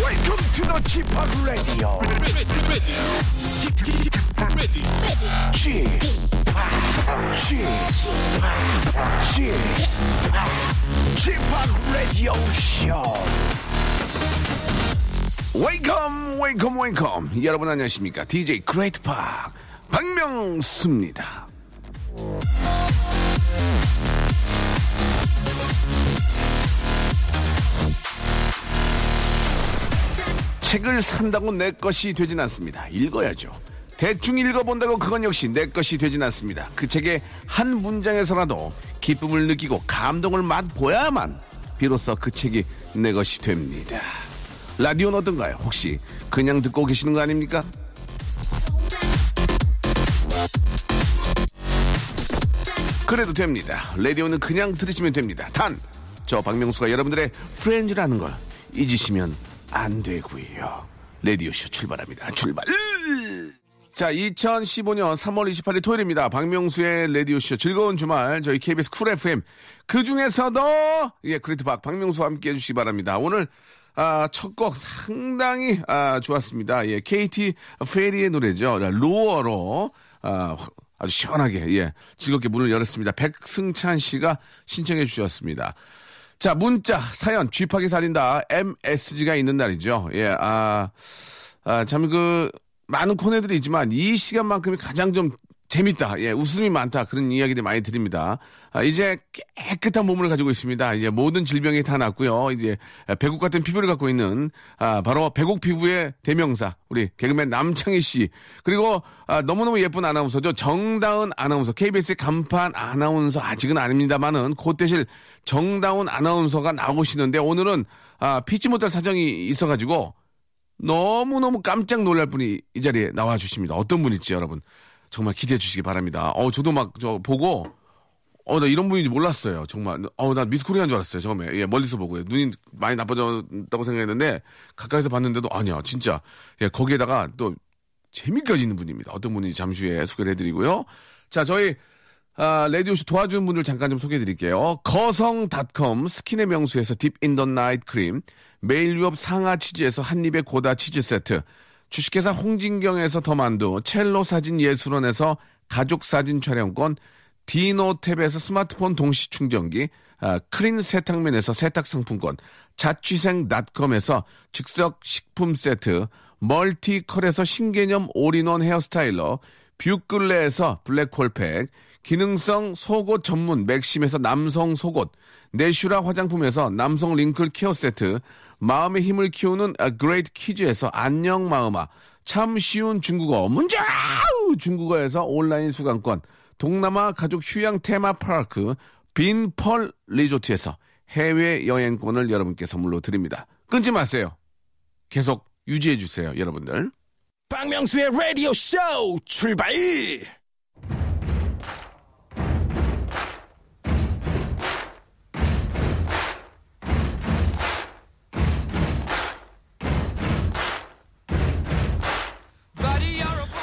Welcome to the Chip Radio. ready, ready, ready, ready. Chip, Chip, Chip, Chip Radio Show. Welcome, welcome, welcome. 여러분 안녕하십니까? DJ Great Park 박명수입니다. 책을 산다고 내 것이 되진 않습니다. 읽어야죠. 대충 읽어본다고 그건 역시 내 것이 되진 않습니다. 그 책의 한 문장에서라도 기쁨을 느끼고 감동을 맛보야만 비로소 그 책이 내 것이 됩니다. 라디오는 어떤가요? 혹시 그냥 듣고 계시는 거 아닙니까? 그래도 됩니다. 라디오는 그냥 들으시면 됩니다. 단, 저 박명수가 여러분들의 프렌즈라는 걸 잊으시면 안 되고요. 라디오쇼 출발합니다. 출발! 자, 2015년 3월 28일 토요일입니다. 박명수의 라디오쇼 즐거운 주말, 저희 KBS 쿨 FM. 그 중에서도, 예, 그레이트 박, 박명수와 함께 해주시기 바랍니다. 오늘, 아, 첫 곡 상당히, 아, 좋았습니다. 예, KT 페리의 노래죠. 로어로, 아, 아주 시원하게 예 즐겁게 문을 열었습니다. 백승찬 씨가 신청해 주셨습니다. 자 문자 사연 쥐파기 살린다 MSG가 있는 날이죠. 예, 아, 예아참 그 많은 코너들이 있지만 이 시간만큼이 가장 좀 재밌다. 예, 웃음이 많다. 그런 이야기들 많이 드립니다. 아, 이제 깨끗한 몸을 가지고 있습니다. 이제 모든 질병이 다 났고요. 이제 배국 같은 피부를 갖고 있는 아, 바로 배국 피부의 대명사 우리 개그맨 남창희 씨 그리고 아, 너무너무 예쁜 아나운서죠 정다은 아나운서 KBS의 간판 아나운서 아직은 아닙니다만은 곧 대실 정다운 아나운서가 나오시는데 오늘은 아, 피치 못할 사정이 있어가지고 너무너무 깜짝 놀랄 분이 이 자리에 나와 주십니다. 어떤 분일지 여러분 정말 기대해 주시기 바랍니다. 어, 저도 막 저 보고 어, 나 이런 분인지 몰랐어요. 정말. 어, 나 미스 코리아인 줄 알았어요. 처음에. 예, 멀리서 보고. 요 눈이 많이 나빠졌다고 생각했는데, 가까이서 봤는데도 아니야. 진짜. 예, 거기에다가 또 재미까지 있는 분입니다. 어떤 분인지 잠시 후에 소개를 해드리고요. 자, 저희, 아, 라디오쇼 도와주는 분들 잠깐 좀 소개해 드릴게요. 거성닷컴 스킨의 명수에서 딥인더 나이트 크림, 매일 유업 상하 치즈에서 한입의 고다 치즈 세트, 주식회사 홍진경에서 더만두, 첼로 사진 예술원에서 가족 사진 촬영권, 디노탭에서 스마트폰 동시 충전기, 아, 크린 세탁면에서 세탁 상품권, 자취생닷컴에서 즉석 식품 세트, 멀티컬에서 신개념 올인원 헤어스타일러, 뷰클레에서 블랙홀팩, 기능성 속옷 전문 맥심에서 남성 속옷, 내슈라 화장품에서 남성 링클 케어 세트, 마음의 힘을 키우는 아, 그레이트 키즈에서 안녕 마음아, 참 쉬운 중국어 문자 중국어에서 온라인 수강권, 동남아 가족 휴양 테마 파크 빈펄 리조트에서 해외 여행권을 여러분께 선물로 드립니다. 끊지 마세요. 계속 유지해 주세요, 여러분들. 박명수의 라디오 쇼 출발!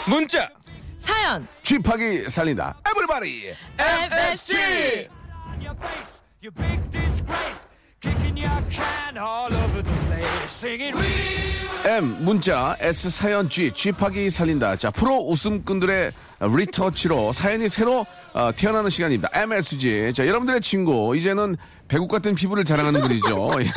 문자 사연 쥐파기 살린다. 에브리바디. MSG your face, your big disgrace, kicking your can all over the place, singing we. M 문자 S 사연 G 쥐파기 살린다. 자, 프로 웃음꾼들의 리터치로 사연이 새로 어, 태어나는 시간입니다. MSG. 자, 여러분들의 친구 이제는 배국 같은 피부를 자랑하는 분이죠. 예,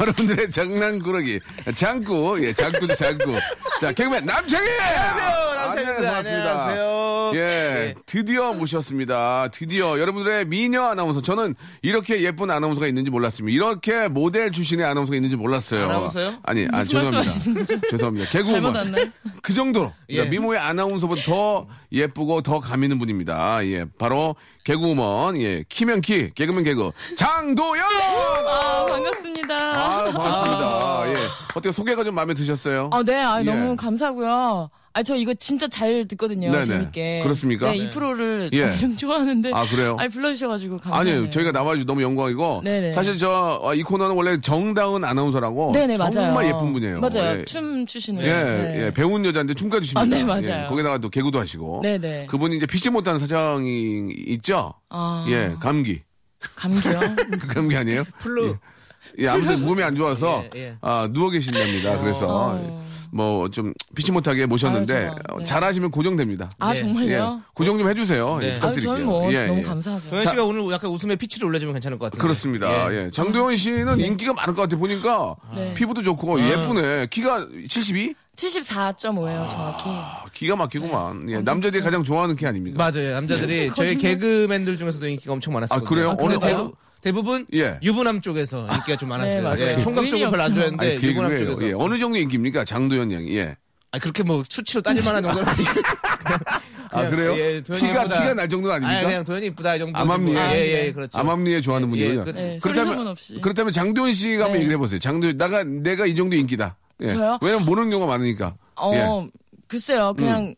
여러분들의 장난꾸러기 장꾸 예, 장꾸죠 장꾸. 자, 개그맨 남창희. 안녕하세요, 남창희입니다. 안녕하세요. 네. 예, 드디어 모셨습니다. 드디어 여러분들의 미녀 아나운서. 저는 이렇게 예쁜 아나운서가 있는지 몰랐습니다. 이렇게 모델 출신의 아나운서가 있는지 몰랐어요. 아나운서요? 아니, 아, 무슨 말씀하시는 죄송합니다. 죄송합니다. 잘못 예. 개그우먼. 왔나요? 그 정도로. 그러니까 미모의 아나운서보다 더 예쁘고 더 감 있는 분입니다. 예, 바로 개그우먼, 예, 키면 키, 개그맨 개그, 장도연! 아 반갑습니다. 아, 반갑습니다. 예. 어떻게 소개가 좀 마음에 드셨어요? 아 네, 아 예. 너무 감사하고요. 아 저 이거 진짜 잘 듣거든요. 네네. 재밌게. 그렇습니까? 네, 이 네. 프로를 예. 엄청 좋아하는데. 아, 그래요? 아니 불러주셔가지고 감사해요. 아니에요. 저희가 나와주 너무 영광이고 네네. 사실 저 아, 이 코너는 원래 정다은 아나운서라고 네네 맞아요. 정말 예쁜 분이에요. 맞아요. 예. 춤 추시는. 네. 예, 예, 배운 여자인데 춤까지 춥니다. 아, 네, 맞아요. 예, 거기다가 또 개그도 하시고. 네네. 그분이 이제 피치 못하는 사정이 있죠? 아. 예, 감기. 감기요. 감기 아니에요? 플루 예, 아무튼 몸이 안 좋아서 예, 어. 예. 아, 누워 계신답니다. 그래서 뭐 좀 피치 못하게 모셨는데 아유, 제가, 어, 예. 잘하시면 고정됩니다. 아 예. 예, 정말요? 고정 좀 해주세요. 예, 네. 아유 부탁드릴게요. 저는 뭐 예, 너무 예. 감사하죠. 도현 씨가 오늘 약간 웃음의 피치를 올려주면 괜찮을 것 같은데. 그렇습니다. 예. 장도연 씨는 인기가 많을 것 같아 보니까 네. 피부도 좋고 아. 예쁘네. 키가 72? 74.5예요 정확히. 아, 기가 막히구만. 네. 예, 남자들이 가장 좋아하는 키 아닙니까? 맞아요. 남자들이 저희 거짓말. 개그맨들 중에서도 인기가 엄청 많았어요. 아, 그래요? 근데 어느- 대부, 대부분 예. 유부남 쪽에서 인기가 좀 많았어요. 맞아요. 예, 총각 쪽은 별로 안 의미 좋아했는데 아니, 그게 유부남 그래요. 쪽에서. 예, 어느 정도 인기입니까? 장도연 양이. 예. 아, 그렇게 뭐 수치로 따질 만한 정도는 아니고. 아, 그래요? 예, 도현이 키가, 이쁘다. 키가 날 정도는 아닙니까? 아, 그냥 도현이 이쁘다 이 정도. 암암리에. 예, 예, 예, 그렇죠. 암암리에 좋아하는 예, 분이군요. 예, 그- 네, 소리 소문 그렇다면, 없이. 그렇다면 장도연 씨가 한번 네. 얘기를 해보세요. 장도연, 나가, 내가 이 정도 인기다. 예. 저요? 왜냐면 모르는 경우가 많으니까. 어 예. 음. 글쎄요 그냥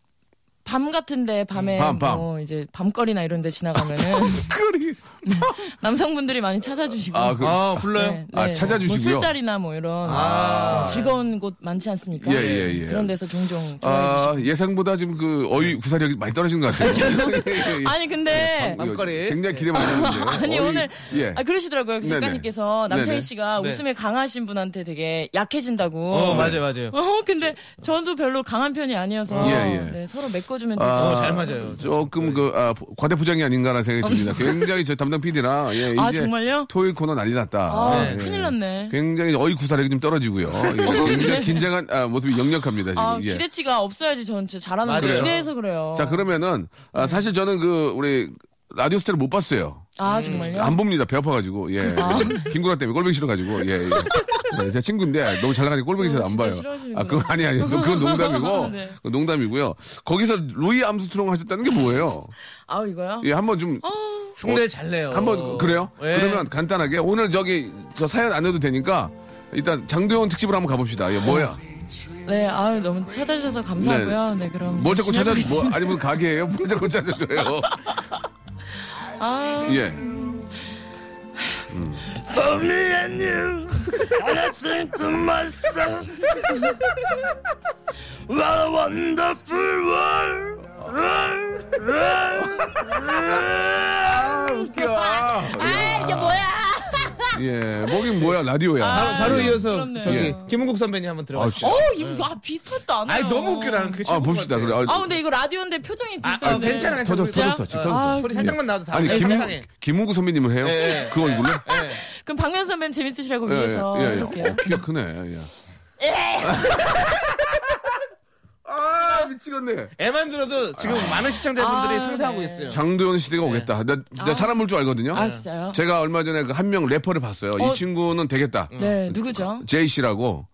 밤 같은데 밤에 밤, 밤. 뭐 이제 밤거리나 이런데 지나가면은 그리- 남성분들이 많이 찾아주시고. 아, 그, 아, 불러요? 아, 찾아주시고요? 뭐 술자리나 뭐 이런 뭐 아. 즐거운 곳 많지 않습니까? 예, 예, 예. 그런 데서 종종 좋아해 아, 예상보다 지금 그 어휘 구사력이 많이 떨어진 것 같아요. 예, 예, 예. 주시고. 아니 근데 이거 밤거리. 굉장히 기대 많이 했는데. 아니 오늘 예. 아 그러시더라고요 네네. 작가님께서 남창희 네네. 씨가 네. 웃음에 강하신 분한테 되게 약해진다고. 네. 어, 맞아요, 맞아요. 어, 근데 저도 별로 강한 편이 아니어서 예, 예. 네, 서로 메꿔주면 되죠. 아, 어, 잘 맞아요. 조금 그 아, 보- 과대포장이 아닌가라는 생각이 듭니다. 굉장히 저 담당 PD랑 예, 어, 아, 이제 정말요? 토요일 코너 난리 났다. 아, 예. 큰일 났네. 굉장히 어이 구사력이 좀 떨어지고요. 예, 굉장히 긴장한 아, 모습이 역력합니다 지금. 아, 예. 기대치가 없어야지 저는 진짜 잘하는 거 맞아요. 기대해서 그래요. 자 그러면은 네. 아, 사실 저는 그 우리 라디오 스타를 못 봤어요. 아 정말요? 안 봅니다. 배 아파가지고 예. 김구라 때문에 꼴뱅이 싫어가지고 예. 예. 네, 제 친구인데 너무 잘 나가니까 꼴뱅이 싫어 안 진짜 봐요. 싫어하시는구나. 아 그건 아니 아니 그건 농담이고 네. 그건 농담이고요. 거기서 루이 암스트롱 하셨다는 게 뭐예요? 아 이거요? 예 한번 좀 어. 흉내 잘 내요. 한번 그래요? 예. 그러면 간단하게 오늘 저기 저 사연 안 해도 되니까 일단 장도연 특집으로 한번 가봅시다. 예, 뭐야? 네, 아유 너무 찾아주셔서 감사하고요. 네, 그럼 뭘 자꾸 찾아? 열심히 뭐 해보겠습니다. 아니 무슨 가게예요? 뭘 자꾸 찾아줘요? 아, 예. 아, 이게 뭐야? 예. 뭐긴 뭐야? 라디오야. 아, 바로, 바로 예. 이어서 부럽네요. 저기 예. 김은국 선배님 한번 아, 들어가시죠. 진짜. 어, 이거 아, 비슷하지도 않아요. 아니 너무 웃겨 나는 그게 어, 아, 봅시다. 그래. 아, 아, 근데 이거 라디오인데 표정이 아, 비슷한데. 아, 괜찮아, 괜찮아. 터졌어, 진짜? 터졌어, 지금 터졌어. 아, 소리 살짝만 나도 다. 아니 네, 예, 김 세상에. 김우구 선배님을 해요? 예, 예. 그 얼굴로? 그럼 박명수 선배님 재밌으시라고 예, 위해서 예, 예. 아, 이렇게. 어, 키가 크네. 예. 아 미치겠네. 애만 들어도 지금 많은 시청자분들이 아, 상상하고 네. 있어요. 장도연 시대가 오겠다. 나, 나 사람 볼 줄 알거든요. 아, 진짜요? 제가 얼마 전에 그 한 명 래퍼를 봤어요. 어. 이 친구는 되겠다. 네, 누구죠? 제이 씨라고.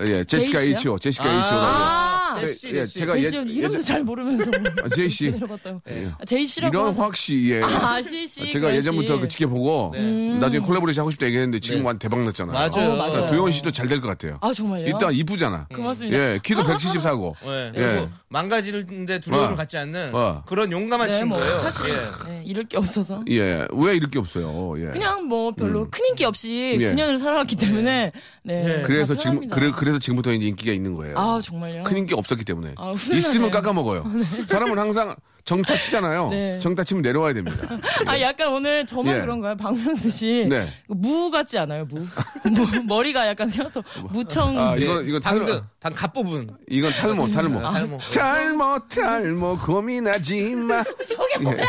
예, 제시카 제이 씨요? H.O. 제시카 H.O.라고. 아, 제- 제시, 예, 제시. 제가 제이 예, 씨 이름도 예전- 잘 모르면서 아, 제이 씨. 내려봤다고. 예. 아, 제이 씨라고. 이런 하면- 확 씨, 예. 아, 씨 씨. 제가 그래, 예전부터 씨. 그 지켜보고 나중에 콜라보레이션 하고 싶다 얘기했는데 지금 네. 완전 대박 났잖아요. 맞아요. 어, 맞아요. 도현 씨도 잘 될 것 같아요. 아, 정말요? 일단 이쁘잖아. 고맙습니다. 네. 예, 키도 174고. 예. 예. 그리고 망가지는데 두려움을 어. 갖지 않는 어. 그런 용감한 네, 뭐 친구예요. 사실 예. 네, 이럴 게 없어서. 예, 왜 이럴 게 없어요. 예. 그냥 뭐 별로 큰 인기 없이 예. 9년을 살아왔기 때문에 네. 다 그래서 지금 편합니다. 그래, 그래서 지금부터 이제 인기가 있는 거예요. 아 정말요? 큰 인기 없었기 때문에 아, 후회하네. 있으면 깎아 먹어요. 사람은 항상 정타 치잖아요. 네. 정타 치면 내려와야 됩니다. 아 약간 오늘 저만 예. 그런가요, 박명수 씨? 네. 무 같지 않아요, 무? 무- 머리가 약간 세워서 무청. 아 이건 이건 탈모 방금 방갑 부분. 이건 탈모 탈모 네. 아, 탈모. 탈모 탈모 고민하지 마. 저게 뭐야?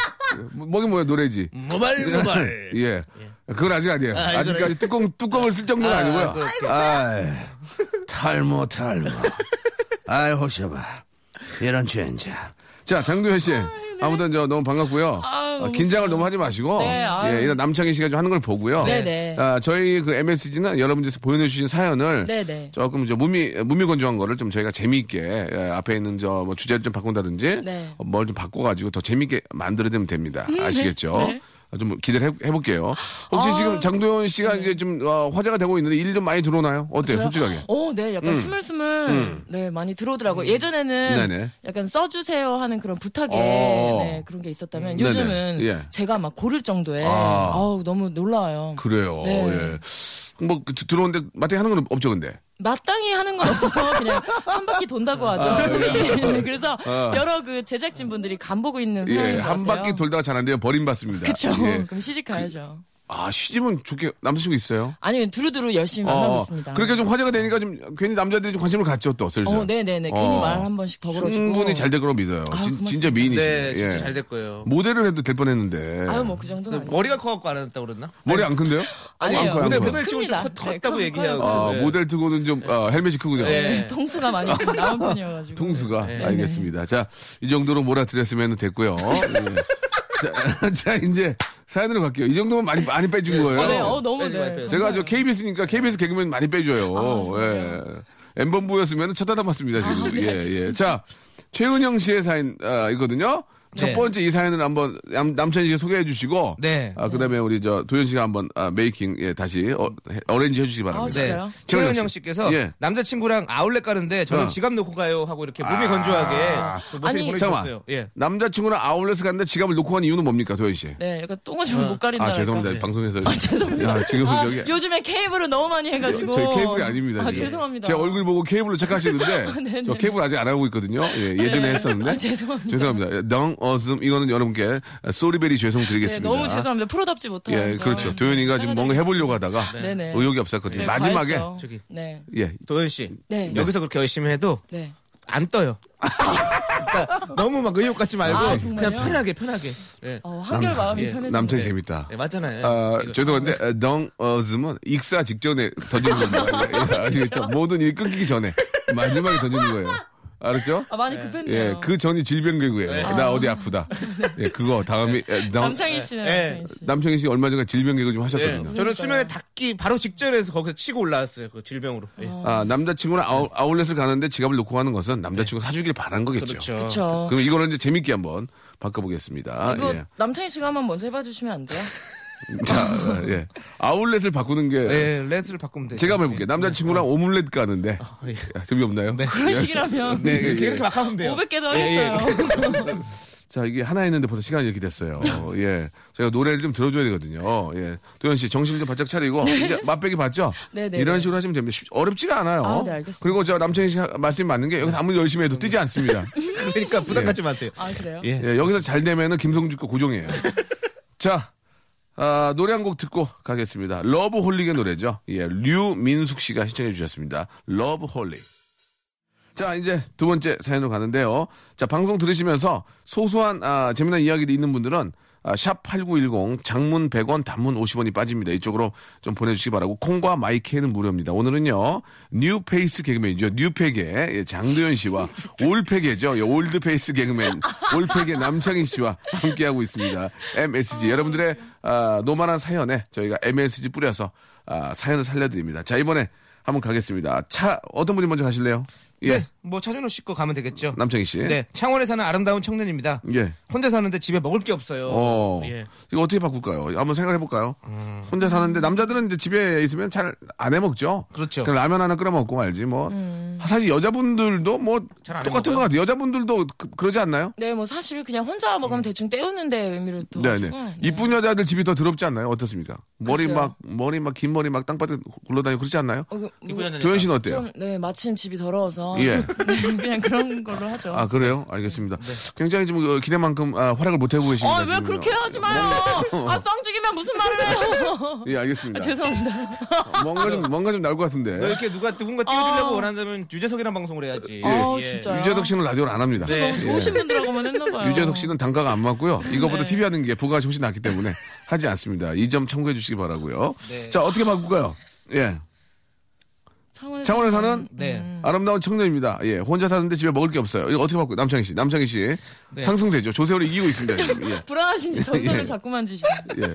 뭐긴 뭐야 노래지. 모발 모발. 예. 그건 아직 아니에요. 아, 이건 아, 직까지 아니- 뚜껑 뚜껑을 쓸 정도는 아, 아, 니고요 그렇게. 탈모 탈모. 아이 호셔봐. 이런 죄인자. 자 장도현 씨. 아무튼 저 너무 반갑고요. 아유, 어, 너무 긴장을 너무 하지 마시고 네, 아유. 예, 이런 남창희 씨가 좀 하는 걸 보고요. 네, 네. 아, 저희 그 MSG는 여러분들께서 보내주신 사연을 네, 네. 조금 저 무미 무미건조한 거를 좀 저희가 재미있게 예, 앞에 있는 저 뭐 주제를 좀 바꾼다든지 어, 네. 뭘 좀 바꿔가지고 더 재미있게 만들어내면 됩니다. 아시겠죠? 네. 아, 좀 기대를 해, 볼게요 혹시 아, 지금 장도연 씨가 이제 좀 어, 화제가 되고 있는데 일 좀 많이 들어오나요? 어때요, 솔직하게? 음. 어, 네, 약간 스물스물 네 많이 들어오더라고요. 예전에는 네네. 약간 써주세요 하는 그런 부탁에 어. 네, 그런 게 있었다면 네네. 요즘은 예. 제가 막 고를 정도에 아. 아우 너무 놀라워요. 그래요. 네. 예. 뭐 그, 들어오는데 마땅히 하는 건 없죠, 근데. 마땅히 하는 건 없어서 그냥 한 바퀴 돈다고 아, 하죠. 네, 그래서 여러 그 제작진 분들이 간 보고 있는 어. 예, 상황인 것 한 같아요. 바퀴 돌다가 잘안 돼요. 버림받습니다. 그쵸. 예. 그럼 시집 가야죠. 아 시집은 좋게 남자친구 있어요? 아니요 두루두루 열심히 만나고 있습니다. 어, 그렇게 좀 화제가 되니까 좀 괜히 남자들이 좀 관심을 갖죠 또 슬슬. 어, 네네네. 괜히 어. 말 한 번씩 더 걸어주고. 충분히 잘 될 거라고 믿어요. 아, 진, 고맙습니다. 진짜 미인이시네. 네, 진짜 예. 잘 될 거예요. 모델을 해도 될 뻔했는데. 아유 뭐 그 정도는 네. 아니에요. 머리가 커갖고 안 했다 고 그랬나? 머리 안 큰데요? 아니에요. 안 커요, 안 모델 커요. 모델 치고 큽니다. 좀 컸, 컸다고 네, 얘기하고. 커요. 아, 모델 트고는 좀 어, 헬멧이 크군요. 네. 통수가 많이 좀 나온 편이어가지고. 통수가 네. 알겠습니다. 자, 이 정도로 몰아드렸으면 됐고요. 예. 자, 자, 이제 사연으로 갈게요. 이 정도면 많이 많이 빼준 거예요. 어, 네, 어, 너무 빼지 마, 네. 빼지 마. 제가 저 KBS니까 KBS 개그맨 많이 아, 빼줘요. 예. 엠번부였으면 쳐다봤습니다, 아, 지금. 네, 예, 예. 자, 최은영 씨의 사연, 아, 이거든요. 첫 네. 번째 이 사연을 한번 남, 남찬 씨가 소개해 주시고. 네. 아, 그 다음에 우리 저 도현 씨가 한번 아, 메이킹, 예, 다시 어, 해- 어레인지 해 아, 주시기 바랍니다. 네. 진짜요? 최은영 씨께서 예. 남자친구랑 아울렛 가는데 저는 어. 아. 지갑 놓고 가요 하고 이렇게 몸이 건조하게 아니, 모습 잠깐만. 보내주셨어요. 예. 남자친구랑 아웃렛에 갔는데 지갑을 놓고 간 이유는 뭡니까, 도현 씨? 네, 약간 똥을 좀 못 가린다. 아, 죄송합니다. 네. 방송에서. 아, 죄송합니다. 야, 지금 아, 저기. 요즘에 케이블을 너무 많이 해가지고. 저희 케이블이 아닙니다. 아, 지금. 죄송합니다. 아, 제 얼굴 보고 케이블로 착각하시는데 네네. 저 케이블 아직 안 하고 있거든요. 예, 전에 네. 했었는데. 아, 죄송합니다. 죄송합니다. 덩 어슴 이거는 여러분께 소리베리 죄송드리겠습니다. 네, 너무 죄송합니다. 프로답지 못하고. 예, 그렇죠. 도현이가 지금 뭔가 해보려고 하다가 네네. 의욕이 없었거든요. 마지막에 저기. 네. 예. 도현 씨 네. 여기서 그렇게 열심히 해도 네. 안 떠요. 그러니까 너무 막 의욕 갖지 말고 아, 정말요? 그냥 편하게 편하게. 예. 어, 한결 마음이 예, 편해지네. 남창이 재밌다. 예, 맞잖아요. 아, 이거. 죄송한데 어, 덩 어슴은 익사 직전에 던지는 겁니다. 예, 그렇죠. 아시겠죠? 모든 일 끊기기 전에 마지막에 던지는 거예요. 알았죠? 아, 많이 급했네요. 네. 예, 그 전이 질병개그예요. 나 어디 아프다. 예, 그거 다음에 에, 남, 예, 남창희 씨는 네. 남창희 씨. 남창희 씨 얼마 전에 질병개그 좀 예. 하셨거든요. 저는 수면에 닿기 바로 직전에서 거기서 치고 올라왔어요. 그 질병으로. 예. 아, 남자친구랑 아웃, 아울렛을 가는데 지갑을 놓고 가는 것은 남자친구 사주길 바란 거겠죠. 네. 그렇죠. 그렇죠. 그럼 이거는 이제 재밌게 한번 바꿔보겠습니다. 이거 예. 남창희 씨가 한번 먼저 해봐주시면 안 돼요? 자, 예. 아울렛을 바꾸는 게 예, 렌즈를 바꾸면 돼. 제가 해볼게요. 남자친구랑 오믈렛 가는데 네. 예. 야, 재미없나요? 네. 그런 식이라면 예, 예. 이렇게 이렇게 막 하면 돼요. 500개도 예, 예. 하겠어요. 자, 이게 하나 했는데 벌써 시간이 이렇게 됐어요. 예. 제가 노래를 좀 들어줘야 되거든요. 예. 도현 씨, 정신 좀 바짝 차리고, 이제 맛배기 봤죠? 네, 네, 이런 네. 식으로 하시면 됩니다. 쉽- 어렵지가 않아요. 아, 네, 알겠습니다. 네. 그리고 저 남창희 씨 말씀이 맞는 게 여기서 아무리 열심히 해도 뜨지 않습니다. 그러니까 부담 갖지 마세요. 아, 그래요? 예. 예, 여기서 잘 되면은 김성주 거 고정이에요. 자, 아, 노래 한 곡 듣고 가겠습니다. 러브 홀릭의 노래죠. 예, 류민숙 씨가 시청해 주셨습니다. 러브 홀릭. 자, 이제 두 번째 사연으로 가는데요. 자, 방송 들으시면서 소소한 아, 재미난 이야기도 있는 분들은 아, 샵8910 장문 100원 단문 50원이 빠집니다. 이쪽으로 좀 보내주시기 바라고 콩과 마이케는 무료입니다. 오늘은요. 뉴페이스 개그맨이죠. 뉴페계 예, 장도연 씨와 올페계죠. 예, 올드페이스 개그맨 올페계 남창희 씨와 함께하고 있습니다. MSG 여러분들의 아, 노만한 사연에 저희가 MSG 뿌려서 아, 사연을 살려드립니다. 자 이번에 한번 가겠습니다. 차 어떤 분이 먼저 가실래요? 예. 네. 뭐 차준호 씨거 가면 되겠죠. 남창희 씨. 네. 창원에 사는 아름다운 청년입니다. 예. 혼자 사는데 집에 먹을 게 없어요. 어. 예. 음. 이거 어떻게 바꿀까요? 한번 생각해 볼까요? 혼자 사는데 남자들은 이제 집에 있으면 잘 안 해 먹죠. 그렇죠. 그냥 라면 하나 끓여 먹고 말지 뭐. 음. 사실 여자분들도 뭐 잘안 똑같은 해먹어요? 것 같아요. 여자분들도 그, 러지 않나요? 네, 뭐 사실 그냥 혼자 먹으면 대충 때우는 데 의미로 더. 음. 네네. 가지고, 이쁜 여자들 집이 더 더럽지 않나요? 어떻습니까? 머리 글쎄요. 막 머리 막 긴 머리 막 땅바닥 굴러다니고 그렇지 않나요? 어, 그, 뭐, 도현 씨는 어때요? 좀, 어. 네, 마침 집이 더러워서. 네, 예. 그냥 그런 걸로 하죠. 아 그래요? 네. 알겠습니다. 네. 굉장히 지금 그 기대만큼 아, 활약을 못 해보고 계십니다. 어, 왜 지금요. 네, 그렇게 하지 마요! 아, 쌍죽이면 무슨 말을 해요! 예, 아, 알겠습니다. 죄송합니다. 네. 뭔가 좀 뭔가 좀 나올 것 같은데. 너 이렇게 누가 누군가 띄워주려고 어. 원한다면 유재석이랑 방송을 예. 해야지. 어, 진짜요? 네. 유재석 씨는 라디오를 안 합니다. 예. 너무 좋으신 분들하고만 했나봐요. 네. 유재석 씨는 단가가 안 맞고요. 이거보다 TV 하는 게 부가가 훨씬 낫기 때문에 하지 않습니다. 이 점 참고해 주시기 바라고요. 네. 자 어떻게 바꿀까요? 예, 창원에, 창원에 사는 음. 네. 아름다운 청년입니다. 예, 혼자 사는데 집에 먹을 게 없어요. 이거 어떻게 바꿔요? 남창희 씨, 남창희 씨 네. 상승세죠. 조세호를 이기고 있습니다. 지금. 예. 불안하신지 전선을 예. 자꾸 만지시네. 예.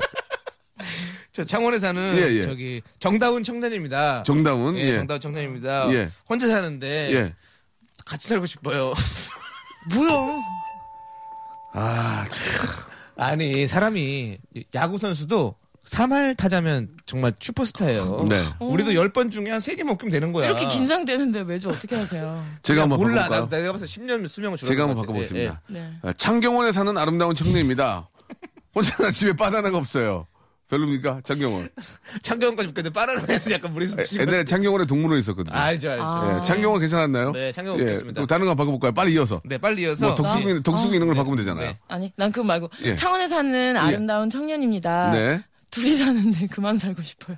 저 창원에 사는 예, 예. 저기 정다운 청년입니다. 정다운, 네, 예, 예. 정다운 청년입니다. 예. 혼자 사는데 예. 같이 살고 싶어요. 뭐야? 아, 참. 아니 사람이 야구 선수도 3할 타자면 정말 슈퍼스타예요. 네. 우리도 10번 중에 한 3개 먹으면 되는 거야. 이렇게 긴장되는데 매주 어떻게 하세요? 제가 한번 몰라. 바꿔볼까요? 나- 내가 봐서 10년 수명을 줄어. 제가 예, 한번 예, 바꿔보겠습니다. 네. 아, 창경원에 사는 아름다운 청년입니다. 혼자 집에 바나나가 없어요. 별로입니까? 창경원. 예. 창경원까지 웃겼는데 빠르면서 약간 무리수 치고. 옛날에 창경원에 동물원 있었거든요. 알죠, 알죠. 아. 예, 창경원 괜찮았나요? 네, 창경원 웃겼습니다. 또 다른 거 바꿔볼까요? 빨리 이어서. 네, 빨리 이어서. 뭐 독수리, 독수리 이런 걸 바꾸면 되잖아요. 네. 아니, 난 그거 말고. 예. 창원에 사는 아름다운 청년입니다. 네. 둘이 사는데 그만 살고 싶어요.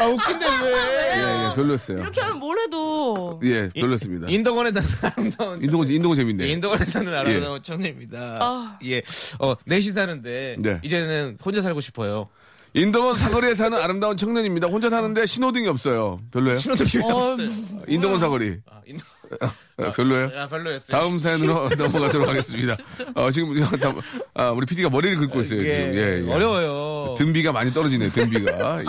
아 웃긴데 왜? 예, 예, 별로였어요. 이렇게 하면 뭘 해도 예, 별로였습니다. 인덕원에서는 아름다운 인도고 인도고 재밌네. 예, 인덕원에서는 아름다운 천녀입니다. 아. 예, 어 넷이 사는데 네. 이제는 혼자 살고 싶어요. 인도원 사거리에 사는 아름다운 청년입니다. 혼자 사는데 신호등이 없어요. 별로예요? 신호등 기회 어, 없어요. 인도원 사거리. 아, 인덕... 어, 별로예요? 아, 별로였어요. 다음 사연으로 넘어가도록 하겠습니다. 어, 지금 다음- 아, 우리 PD가 머리를 긁고 있어요. 예, 지금. 예, 예. 어려워요. 등비가 많이 떨어지네요. 등비가. 예.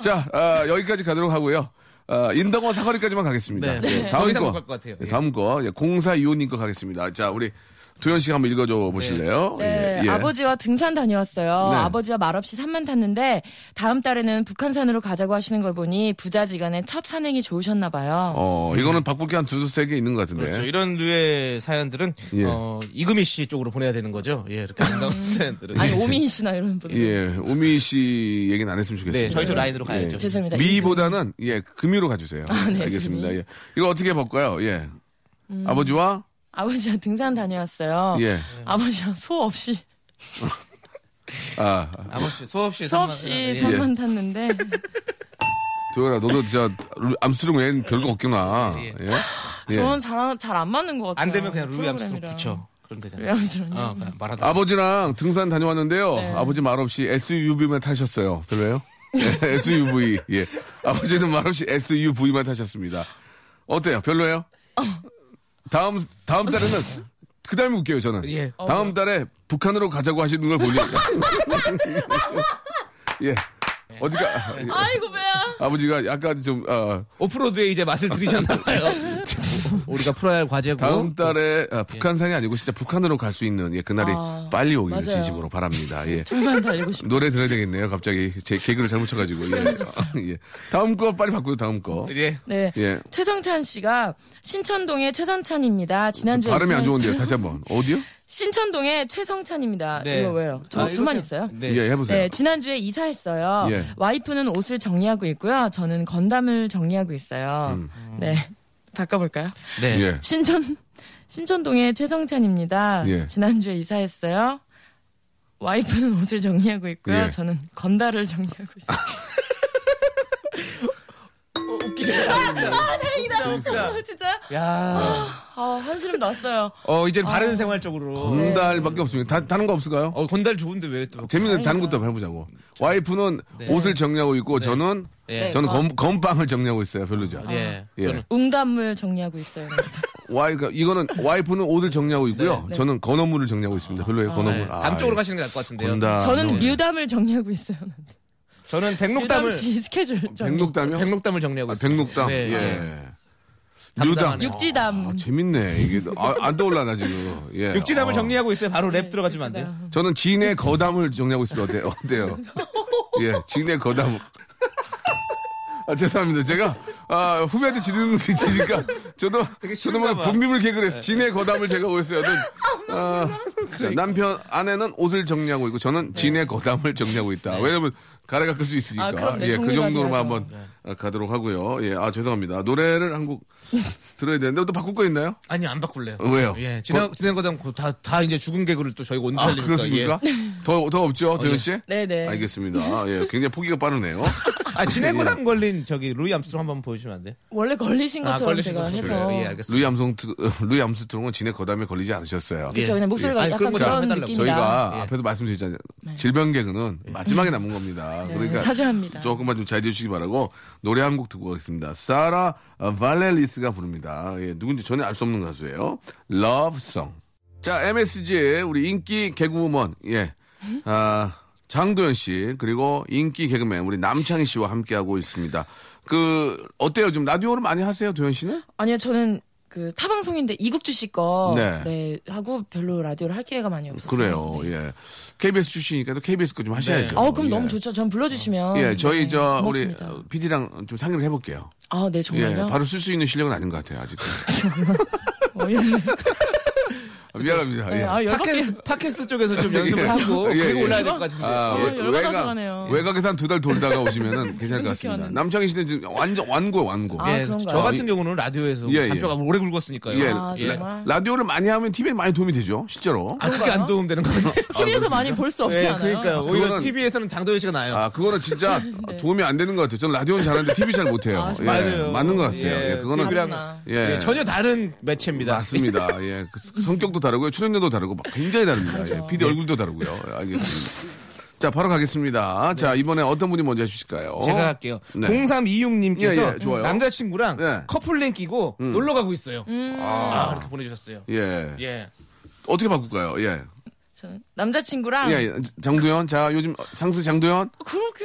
자 아, 여기까지 가도록 하고요. 아, 인덕원 사거리까지만 가겠습니다. 네. 예, 더 다음 이상 거. 못갈것 같아요. 예, 예. 다음 거. 공사 이호님 거 가겠습니다. 자 우리 도현 씨가 한번 읽어줘 보실래요? 네, 예, 예. 아버지와 등산 다녀왔어요. 네. 아버지와 말없이 산만 탔는데 다음 달에는 북한산으로 가자고 하시는 걸 보니 부자지간에 첫 산행이 좋으셨나 봐요. 어, 이거는 바꿀 게한 두세 세 개 있는 것 같은데. 그렇죠. 이런 류의 사연들은 네. 예. 어, 이금희 씨 쪽으로 보내야 되는 거죠. 예, 이렇게 아름다운 사연들은. 아니 오민희 씨나 이런 분. 예, 오미 씨 얘기는 안 했으면 좋겠습니다. 네, 저희 쪽 라인으로 가야죠. 죄송합니다. 예. 미보다는 예 금유로 가주세요. 네, 알겠습니다. 금이. 예. 이거 어떻게 바꿔요? 예. 아버지와 아버지와 등산 다녀왔어요. 예. 아버지와 소 없이 아 아버지 수업 씨, 소 없이 예. 산만 탔는데 도현아 너도 진짜 암스트롱 엔 별거 없구나. 예, 예. 예. 저는 잘안 잘안 맞는 것 같아요. 안 되면 그냥 루이 암스톡 프로그램이랑. 붙여. 그럼 되잖아요. 루이 암스트롱이요? 어, 그냥 말하다. 아버지랑 등산 다녀왔는데요. 네. 아버지 말없이 SUV만 타셨어요. 별로예요? 예, SUV. 예. 아버지는 말없이 SUV만 타셨습니다. 어때요? 별로예요? 다음 다음 달에는 그다음에 웃겨요 저는. 예. 어. 다음 달에 북한으로 가자고 하시는 걸 보니. 예. 어디가 아이고 배야. 아버지가 약간 좀 어, 오프로드에 이제 맛을 들이셨나봐요. 우리가 풀어야 할 과제고. 다음 달에 아, 북한산이 아니고 진짜 북한으로 갈 수 있는 예, 그날이 예. 아, 빨리 오기를 맞아요. 진심으로 바랍니다. 예. 정말 달리고 싶어. 노래 들어야 되겠네요. 갑자기 제 개그를 잘못 쳐가지고. 예. 쓰러졌어요. 예. 다음 거 빨리 바꾸요 다음 거. 예. 네. 예. 최성찬 씨가 신천동의 최성찬입니다. 지난주에 발음이 안 우승했어요. 좋은데요. 다시 한번. 어디요? 신천동의 최성찬입니다. 네. 이거 왜요? 저, 아, 이거 저만 참- 있어요? 네. 예, 해보세요. 네, 지난주에 이사했어요. 예. 와이프는 옷을 정리하고 있고요. 저는 건담을 정리하고 있어요. 네. 바꿔볼까요? 네. 음. 예. 신천, 신천동의 최성찬입니다. 예. 지난주에 이사했어요. 와이프는 옷을 정리하고 있고요. 예. 저는 건달을 정리하고 있어요. 아, 어, 진짜? 야. 아, 한시름 났어요. 어, 이제 아. 바른 생활 쪽으로. 건달밖에 없습니다. 다, 다른 거 없을까요? 어, 네. 건달 좋은데 왜 또. 재밌는 다른 것도 한번 해보자고. 와이프는 네. 옷을 정리하고 있고 저는 네, 예. 저는 아. 건, 건빵을 정리하고 있어요. 별로죠. 예. 예. 저는 응답을 정리하고 있어요. 와이 그 이거는 와이프는 옷을 정리하고 있고요. 저는 건어물을 정리하고 있습니다. 별로예요. 건어물. 네. 아, 담 쪽으로 예. 가시는 게 나을 것 같은데요. 건달. 저는 뮤담을 정리하고 있어요. 저는 뮤담 백록담을 씨 스케줄 정리. 백록담이요? 백록담을 정리하고 아, 있어요. 백록담. 네. 예. 류담. 담당하네요. 육지담. 아, 재밌네. 이게 아, 안 떠올라 나 지금. 예. 육지담을 아. 정리하고 있어요. 바로 네, 랩 들어가주면 안 돼요. 저는 진의 거담을 정리하고 있습니다. 어때요? 어때요? 예, 진의 거담. 아, 죄송합니다. 제가 아, 후배한테 지는 지니까 저도 저도 뭐 싫은가 봐. 분비물 개그를 네. 해서 진의 거담을 제가 오였어요. 네. 아, 자, 남편 아내는 옷을 정리하고 있고 저는 진의 거담을 정리하고 있다. 왜냐면 가래가 클 수 있으니까. 네. 아, 그럼 네, 예, 그 정리가 정도로만 돼야죠. 네. 한번 아, 가도록 하고요. 예, 아 죄송합니다. 노래를 한 곡 들어야 되는데 또 바꿀 거 있나요? 아니 안 바꿀래요. 왜요? 예, 지난 지난 거당 다다 이제 죽은 개그를 또 저희가 온 아, 살리니까. 예. 어, 그렇습니까? 더, 더 없죠, 도현 씨? 네네. 알겠습니다. 예, 굉장히 포기가 빠르네요. 예. 아 지난 거당 걸린 저기 루이 암스트롱 한번 보여주면 안 돼? 원래 걸리신 아 것처럼 제가 것처럼. 해서. 그래요. 예, 알겠습니다. 루이 암송, 루이 암스트롱은 진의 거담에 걸리지 않으셨어요. 그쵸, 그냥 목소리가 아니, 약간 그런 거좀 그런 해달라고. 느낌이다. 예. 저희가 앞에도 말씀드렸잖아요. 질병 개그는 마지막에 남은 겁니다. 네, 그러니까 사죄합니다. 조금만 좀 잘 해주시기 바라고 노래 한 곡 듣고 가겠습니다. 사라 발렐리스가 부릅니다. 예, 누군지 전혀 알 수 없는 가수예요. 러브송. 자, MSG의 우리 인기 개그우먼, 예. 아, 장도연 씨, 그리고 인기 개그맨, 우리 남창희 씨와 함께하고 있습니다. 그, 어때요? 지금 라디오를 많이 하세요, 도연 씨는? 아니요, 저는 그 타방송인데 이국주 씨 거 네. 네. 하고 별로 라디오를 할 기회가 많이 없었어요. 그래요, 네. 예. KBS 출신이니까 또 KBS 거 좀 하셔야죠. 어, 그럼 예. 너무 좋죠. 전 불러주시면. 예, 저희 네, 저 고맙습니다. 우리 PD랑 좀 상의를 해볼게요. 아, 네, 예, 정말요? 바로 쓸 수 있는 실력은 아닌 것 같아요 아직. 어이없네. 미안합니다. 네, 예. 어, 예. 아, 열받게. 팟캐스트, 팟캐스트 쪽에서 좀 예. 연습을 하고 예, 그리고 예. 올라야 될 것 같은데. 아, 예, 외- 열받아서 가네요. 외곽, 외곽에서 한 두 달 돌다가 오시면은 괜찮을 것 좋게 같습니다. 왔는데. 남창희 씨는 지금 완전 완고, 완고. 아, 예, 그런가요? 저 같은 경우는 라디오에서 예, 예. 잔뼈가 오래 굵었으니까요. 예. 아, 정말? 라디오를 많이 하면 TV에 많이 도움이 되죠, 실제로. 아, 그게 안 도움되는 것 같아요. TV에서 많이 볼 수 없지 예, 않아요? 그러니까요. 그거는- 오히려 TV에서는 장도연 씨가 나요. 아, 그거는 진짜 도움이 안 되는 것 같아요. 저는 라디오는 잘하는데 TV 잘 못해요. 네. 아, 예, 맞아요. 맞는 것 같아요. 예, 예, 그거는. TV랑 예. 예, 전혀 다른 매체입니다. 맞습니다. 예. 그 성격도 다르고요. 출연료도 다르고 막 굉장히 다릅니다. 예. 네. PD 얼굴도 다르고요. 예, 알겠습니다. 자, 바로 가겠습니다. 자, 이번에 어떤 분이 먼저 해주실까요? 네. 제가 할게요. 네. 0326님께서 예, 예, 좋아요. 남자친구랑 예. 음. 커플링 끼고 놀러 가고 있어요. 아, 이렇게 보내주셨어요. 예. 예. 어떻게 바꿀까요? 예. 저 남자친구랑 어, 예, 예. 장도연. 자, 요즘 상수 장도연. 그렇게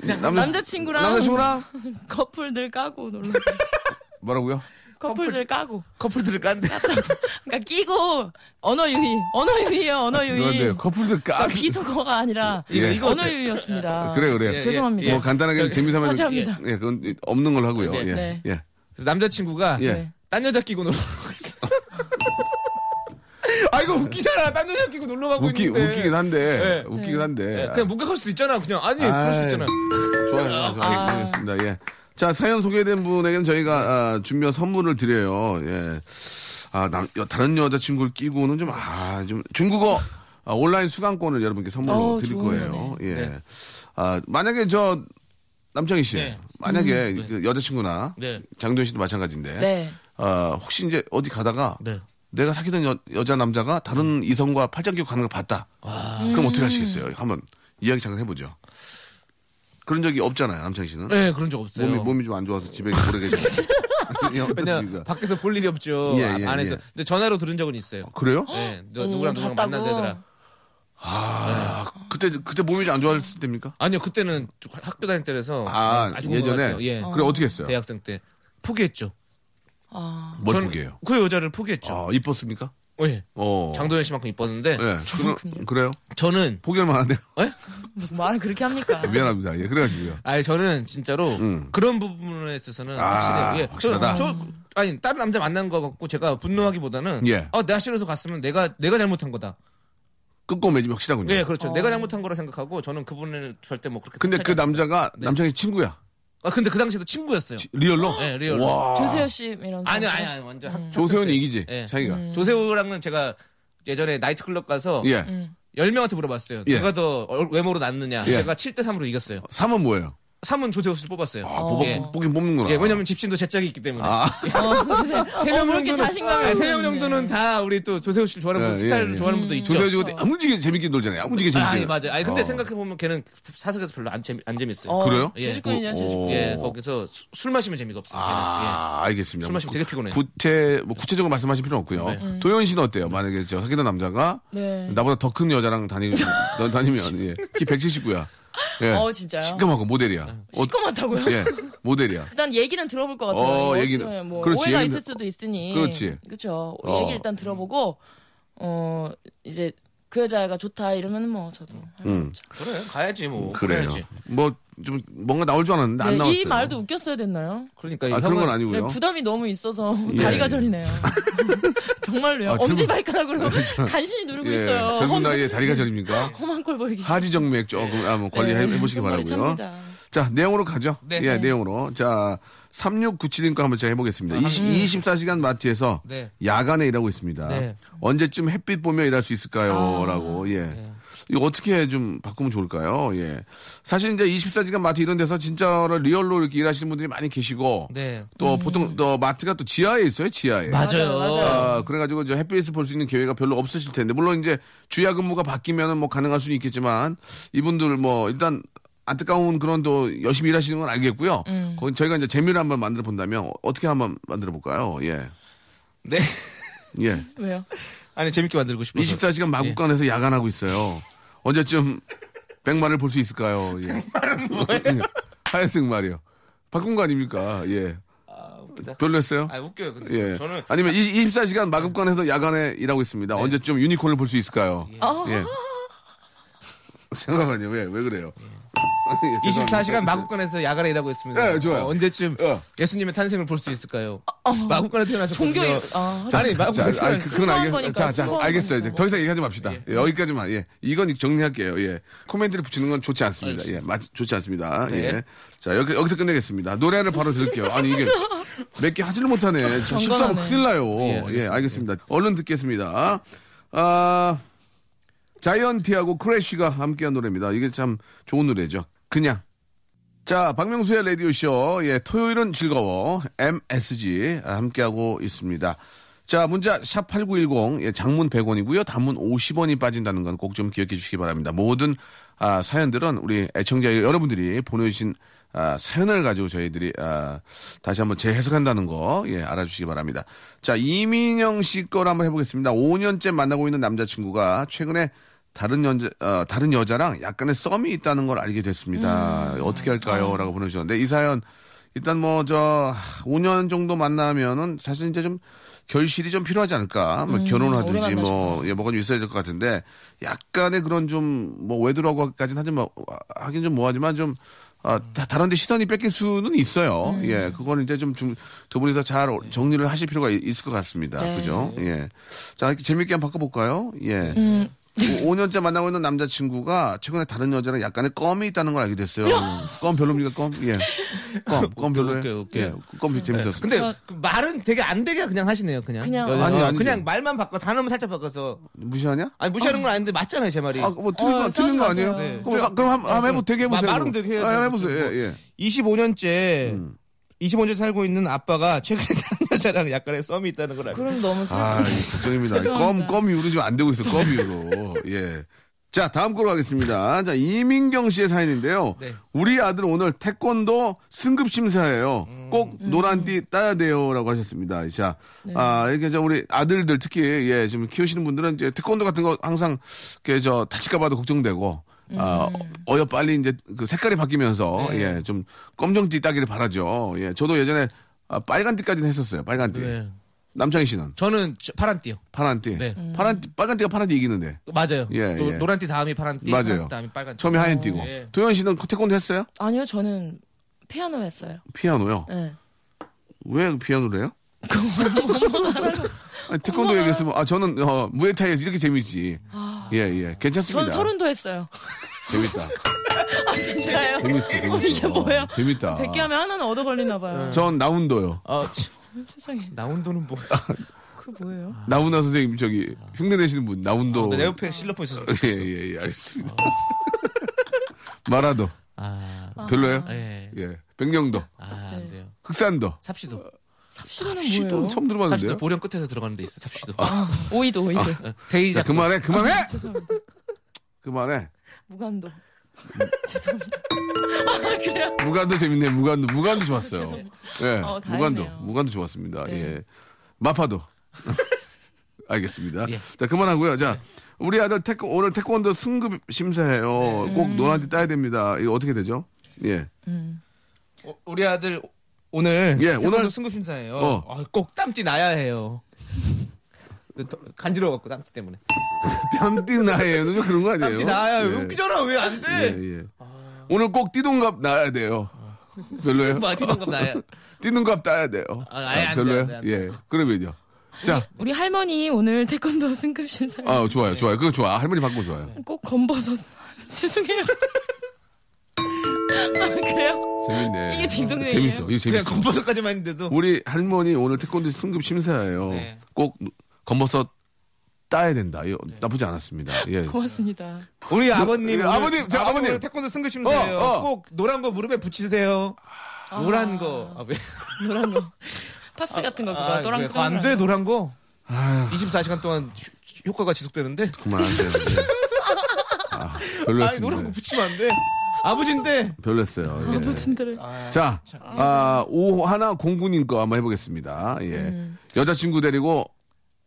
네. 남자- 남자, 친구랑 남자친구랑? 커플들 까고 놀러 뭐라고요? 커플들 까고 커플들을 깐데. 그러니까 끼고 언어 유희 언어 유희예요 언어 네. 유희 죄송한데 커플들 까. 아, 그러니까 비속어가 아니라 예. 이거 언어 유희였습니다 그래, 그래. 예, 죄송합니다. 뭐 간단하게 저기- 재미삼아 좀- 사죄합니다. 예, 그건 없는 걸로 하고요. 네. 아, 예. 네. 예. 그래서 남자친구가 예. 네. 딴 여자 끼고 놀러 가고 있어. 아 이거 웃기잖아. 딴 여자 끼고 놀러 가고 웃기 있는데. 웃기긴 한데. 네. 웃기긴 예, 한데. 그냥 목격할 수도 있잖아. 그냥 아니 그럴 아이. 수 있잖아. 좋아요, 좋아요, 좋아요. 알겠습니다. 예. 자, 사연 소개된 분에게는 저희가 아, 준비한 선물을 드려요. 예. 아, 남, 여- 다른 여자친구를 끼고는 좀, 아, 좀, 중국어 아, 온라인 수강권을 여러분께 선물로 어우, 드릴 좋은 거예요. 예. 아, 만약에 저, 남창희 씨. 네. 만약에 그 여자친구나 네. 장도현 씨도 마찬가지인데. 네. 아, 혹시 이제 어디 가다가 네. 내가 사귀던 여, 여자 남자가 음. 다른 이성과 팔짱 끼고 가는 걸 봤다. 아. 그럼 어떻게 하시겠어요? 한번 이야기 잠깐 해보죠. 그런 적이 없잖아요, 남창희 씨는. 네 그런 적 없어요. 몸이 몸이 좀 안 좋아서 집에 오래 계시죠. 그냥 어떻습니까? 밖에서 볼 일이 없죠. 예, 아, 예, 안에서. 예. 근데 전화로 들은 적은 있어요. 아, 그래요? 네, 너 오, 누구랑 누구랑 봤다고? 만난다더라. 아, 그때 그때 몸이 좀안 좋았을 때입니까? 아니요 그때는 쭉 학- 학교 다닐 때라서 음, 아, 아주 예전에 건강할 때, 예. 그래 어떻게 했어요? 대학생 때 포기했죠. 뭘 아, 저는 보게요? 그 여자를 포기했죠. 아, 이뻤습니까? 예. 어. 장도연 씨만큼 이뻤는데 예. 그럼- 그래요? 저는 어? 포기할 만한데요? 뭐 말을 그렇게 합니까? 미안합니다. 예, 그래가지고요. 아니 저는 진짜로 음. 그런 부분에 있어서는 아, 확실해요. 예. 확실하다. 저, 저- 아니 다른 남자 만난 거 같고 제가 분노하기보다는 예. 어 내가 싫어서 갔으면 내가 내가 잘못한 거다. 끝고 매집 확실하군요. 예, 그렇죠. 내가 잘못한 거라 생각하고 저는 그분을 절대 뭐 그렇게 네. 근데 그 탓하지 남자가 네. 남창희 친구야. 않- 아 근데 그 당시에도 친구였어요. 리얼로? 예, 리얼로. 와. 조세호 씨 이런 아니요, 사람. 아니요, 아니요. 완전 학- 조세호는 이기지. 예. 자기가. 조세호랑은 제가 예전에 나이트클럽 가서 예. 음. 열명한테 물어봤어요. 예. 누가 더 얼- 외모로 낫느냐. 예. 제가 7대 3으로 이겼어요. 3은 뭐예요? 3은 조세호 씨를 뽑았어요. 아, 뽑아, 예. 뽑긴 뽑는구나. 예, 왜냐면 집신도 제 짝이 있기 때문에. 아, 어, 그렇게 자신감을 아니, 세명 얻었네. 정도는 다 우리 또 조세호 씨를 좋아하는 예, 분, 예, 스타일을 예. 좋아하는 음. 분도 있죠. 조세호 씨가 아무지게 재밌게 놀잖아요. 아무지게 재밌게. 아, 아니, 맞아요. 아니, 근데 어. 생각해보면 걔는 사석에서 별로 안, 재미, 안 재밌어요. 어, 그래요? 예. 재주꾼이냐 재주꾼. 오. 예, 거기서 수- 술 마시면 재미가 없어요. 걔는. 어. 아, 알겠습니다. 예. 술 마시면 되게 피곤해요. 구체, 뭐 구체적으로 말씀하실 필요는 없고요. 네. 도현 씨는 어때요? 만약에 저 사귀던 남자가 음. 네. 나보다 더 큰 여자랑 다니, 너 다니면, 예. 키 179야. 예. 어, 진짜요? 시큼하고 모델이야. 네. 어, 시커멓다고요? 예, 모델이야. 일단 얘기는 들어볼 것 같아요. 어, 이거 얘기는. 어쩌면 뭐 그렇지, 오해가 얘기는- 있을 수도 있으니. 그렇지. 그렇죠. 어. 얘기 일단 들어보고 어 이제 그 여자가 좋다 이러면 뭐 저도 할말 음. 없죠. 예. 그래, 가야지, 뭐. 그래요. 가야지. 뭐 좀 뭔가 나올 줄 알았는데 안 네, 나왔어요. 이 말도 웃겼어야 됐나요? 그러니까 아, 형은 그런 건 네, 아니고요. 부담이 너무 있어서 예. 다리가 저리네요. 정말로요. 아, 젊은- 엄지발가락으로 간신히 누르고 예, 있어요. 젊은 험- 나이에 다리가 저립니까? 험한 꼴 보이기. 하지정맥 조금 한번 네, 관리해보시기 정말 바라고요. 참니다. 자, 내용으로 가죠. 네. 예, 내용으로. 자, 3697님과 한번 제가 해보겠습니다. 20, 24시간 마트에서 아, 네. 야간에 일하고 있습니다. 네. 언제쯤 햇빛 보며 일할 수 있을까요? 아, 라고, 예. 네. 이거 어떻게 좀 바꾸면 좋을까요? 예. 사실 이제 24시간 마트 이런 데서 진짜로 리얼로 이렇게 일하시는 분들이 많이 계시고 네. 또 보통 또 마트가 또 지하에 있어요, 지하에. 맞아요, 맞아요. 아, 그래가지고 저 햇빛을 볼 수 있는 기회가 별로 없으실 텐데 물론 이제 주야 근무가 바뀌면은 뭐 가능할 수는 있겠지만 이분들 뭐 일단 안타까운 그런 또 열심히 일하시는 건 알겠고요. 거기 저희가 이제 재미를 한번 만들어 본다면 어- 어떻게 한번 만들어 볼까요? 예, 네. 예. 왜요? 아니, 재밌게 만들고 싶어서. 24시간 마구간에서 야간하고 있어요. 언제쯤 백마를 볼 수 있을까요? 예. 백마는 뭐예요? 하얀색 말이요. 바꾼 거 아닙니까? 예. 별로였어요? 아, 웃겨요. 근데 예. 저는 네. 아니면 20, 24시간 마급관에서 야간에 일하고 있습니다. 언제쯤 어. 예. 유니콘을 볼 수 있을까요? 예. 잠깐만요. 왜, 왜 그래요? 예, 죄송합니다. 24시간 마구간에서 야간에 일하고 있습니다. 예, 좋아요. 어, 언제쯤 어. 예수님의 탄생을 볼 수 있을까요? 마구간에 태어나셨거든요. 어, 종교 일- 아, 아니 자, 마구간에 아, 태어나셨 그, 그건 수고한 알겠, 거니까, 자, 자, 수고한 알겠어요. 이제 거니까. 더 이상 얘기하지 맙시다. 예, 여기까지만. 예, 이건 정리할게요. 예, 코멘트를 붙이는 건 좋지 않습니다. 예, 맞, 좋지 않습니다. 예, 자 여기 여기서 끝내겠습니다. 노래를 바로 들을게요. 아니 이게 몇 개 하지를 못하네. 저 실수하면 경건하네. 큰일 나요. 예, 알겠습니다. 얼른 듣겠습니다. 아, 자이언티하고 크래쉬가 함께한 노래입니다. 이게 참 좋은 노래죠. 그냥. 자, 박명수의 라디오쇼. 예, 토요일은 즐거워. MSG 함께하고 있습니다. 자, 문자 샵8910. 예, 장문 100원이고요. 단문 50원이 빠진다는 건 꼭 좀 기억해 주시기 바랍니다. 모든 아, 사연들은 우리 애청자 여러분들이 보내주신 아, 사연을 가지고 저희들이 아, 다시 한번 재해석한다는 거 예, 알아주시기 바랍니다. 자, 이민영 씨 거를 한번 해보겠습니다. 5년째 만나고 있는 남자친구가 최근에 다른 여자, 어, 다른 여자랑 약간의 썸이 있다는 걸 알게 됐습니다. 음. 어떻게 할까요? 아. 라고 보내주셨는데, 이 사연, 일단 뭐, 저, 5년 정도 만나면은 사실 이제 좀 결실이 좀 필요하지 않을까? 뭐 음, 오래 결혼하든지 뭐, 만나셨구나. 예, 뭐가 좀 있어야 될 것 같은데, 약간의 그런 좀, 뭐, 외도라고까지는 하지 뭐, 하긴 좀 뭐하지만 좀, 아, 다, 다른데 시선이 뺏길 수는 있어요. 음. 예, 그거는 이제 좀, 중- 두 분이서 잘 어- 정리를 하실 필요가 이- 있을 것 같습니다. 네. 그죠? 예. 자, 이렇게 재밌게 한번 바꿔볼까요? 예. 음. 5년째 만나고 있는 남자친구가 최근에 다른 여자랑 약간의 껌이 있다는 걸 알게 됐어요. 음, 껌 별로입니까, 껌? 예. 껌, 껌 별로예요? 웃겨요, 웃겨요. 예, 껌 재밌었어요. 근데 저- 그 말은 되게 안 되게 그냥 하시네요. 그냥. 그냥. 여자- 아니, 아니죠. 그냥 말만 바꿔 단어만 살짝 바꿔서 무시하냐? 아니 무시하는 건 아닌데 맞잖아요 제 말이. 아, 뭐 틀린 어, 거, 틀린 거 싸우지 아니에요? 마세요. 그럼, 아, 그럼 한, 한번 해보, 되게 해보세요. 마- 말은 그럼. 되게 해야죠. 아, 해보세요. 예, 예. 25년째 음. 25년째 살고 있는 아빠가 최근에 다른 여자랑 약간의 썸이 있다는 걸 알고. 그럼 너무 슬 아, 이 걱정입니다. 껌, 껌 이후로 지금 안 되고 있어, 껌 이후로. 예. 자, 다음 걸로 가겠습니다. 자, 이민경 씨의 사연인데요. 네. 우리 아들 오늘 태권도 승급심사예요. 꼭 노란띠 따야 돼요. 라고 하셨습니다. 자, 아, 이렇게 저 우리 아들들 특히, 예, 좀 키우시는 분들은 이제 태권도 같은 거 항상, 이렇게 저 다칠까봐도 걱정되고, 아, 어여 빨리 이제 그 색깔이 바뀌면서, 예, 좀 검정띠 따기를 바라죠. 예, 저도 예전에 아, 빨간띠까지는 했었어요. 빨간띠. 네. 남창희 씨는? 저는 저- 파란띠요. 파란띠. 네. 음. 파란띠, 빨간띠가 파란띠 이기는데. 맞아요. 예, 노- 예. 노란띠 다음이 파란띠, 맞아요. 파란띠 다음이 빨간띠. 처음에 하얀띠고. 예. 도현 씨는 그 태권도 했어요? 아니요, 저는 피아노 했어요. 피아노요. 예. 왜그 피아노를 해요? 아니, 태권도 얘기했으면, 아, 저는, 어, 무에타이에서 이렇게 재밌지. 예, 예. 괜찮습니다. 아. 전 서른도 했어요. 재밌다. 아, 진짜요? 재밌어, 재밌어. 어, 이게 뭐예요? 재밌다. 100개 하면 하나는 얻어 걸리나 봐요. 전 나운도요. 아, 참, 세상에. 나온도는 뭐? 그 뭐예요? 나운나 선생님, 저기, 흉내 내시는 분, 나운도. 아, 네, 내 옆에 실로폰 있어서. 어. 예, 예, 예, 알겠습니다. 마라도. 아, 별로예요? 예. 예. 백령도. 아, 안 돼요. 흑산도. 삽시도. 아, 삽시도는 시도 뭐예요? 처음 삽시도 들어봤는데요? 보령 끝에서 들어가는 데 있어. 삽시도. 오이도 오이도. 아. 자, 데이작. 그만해, 아, 그만해! 죄송합니다. 그만해. 무간도. 음. 죄송합니다. 아, 그래요? 무관도 재밌네. 무관도 무관도 좋았어요. 예, 어, 다행이네요. 무관도 무관도 좋았습니다. 네. 예, 마파도 알겠습니다. 예. 자 그만하고요. 자 우리 아들 태권- 오늘 태권도 승급 심사해요. 네. 꼭 음. 노란띠 따야 됩니다. 이거 어떻게 되죠? 예, 어, 우리 아들 오늘 그 예, 예 오늘- 오늘 승급심사예요. 어. 아, 꼭 땀띠 나야 해요. 근데 더- 간지러워갖고 땀띠 때문에. 땀띠 나예요. 좀 그런 거 아니에요? 땀띠 나야 예. 요 웃기잖아 왜 안 돼? 예, 예. 오늘 꼭 띠동갑 나야 돼요. 별로예요? 뭐 띠는 건 나야. 띠동갑 따야 돼요. 아, 아예 안 돼요, 별로예요? 안 돼요, 안 예, 그러면요. 자, 우리 할머니 오늘 태권도 승급 신사 네. 아 좋아요, 좋아요. 그거 좋아. 할머니 바꾸면 좋아요. 꼭 건버섯. 죄송해요. 아, 그래요? 재밌네. 이게 딩동댕이에요? 재밌어. 이거 재밌어. 그냥 검버섯까지만 했는데도 우리 할머니 오늘 태권도 승급 심사예요. 네. 꼭 검버섯 따야 된다. 이거 나쁘지 않았습니다. 예. 고맙습니다. 우리 아버님 예, 오늘- 아버님, 저 아버님. 오늘 태권도 승급심사예요. 어, 어. 꼭 노란 거 무릎에 붙이세요. 노란 거. 아, 왜? 노란 거. 파스 같은 거 그거 아, 노란 왜? 거. 안 돼, 노란 거. 아휴, 24시간 동안 휴- 효과가 지속되는데. 그만하세요. 아, 아니, 별로였어요. 노란 거 붙이면 안 돼. 아버지인데. 별로였어요. 네. 예. 아버진들을. 자, 아, 오 하나 공군인 거 한번 해보겠습니다. 예. 음. 여자친구 데리고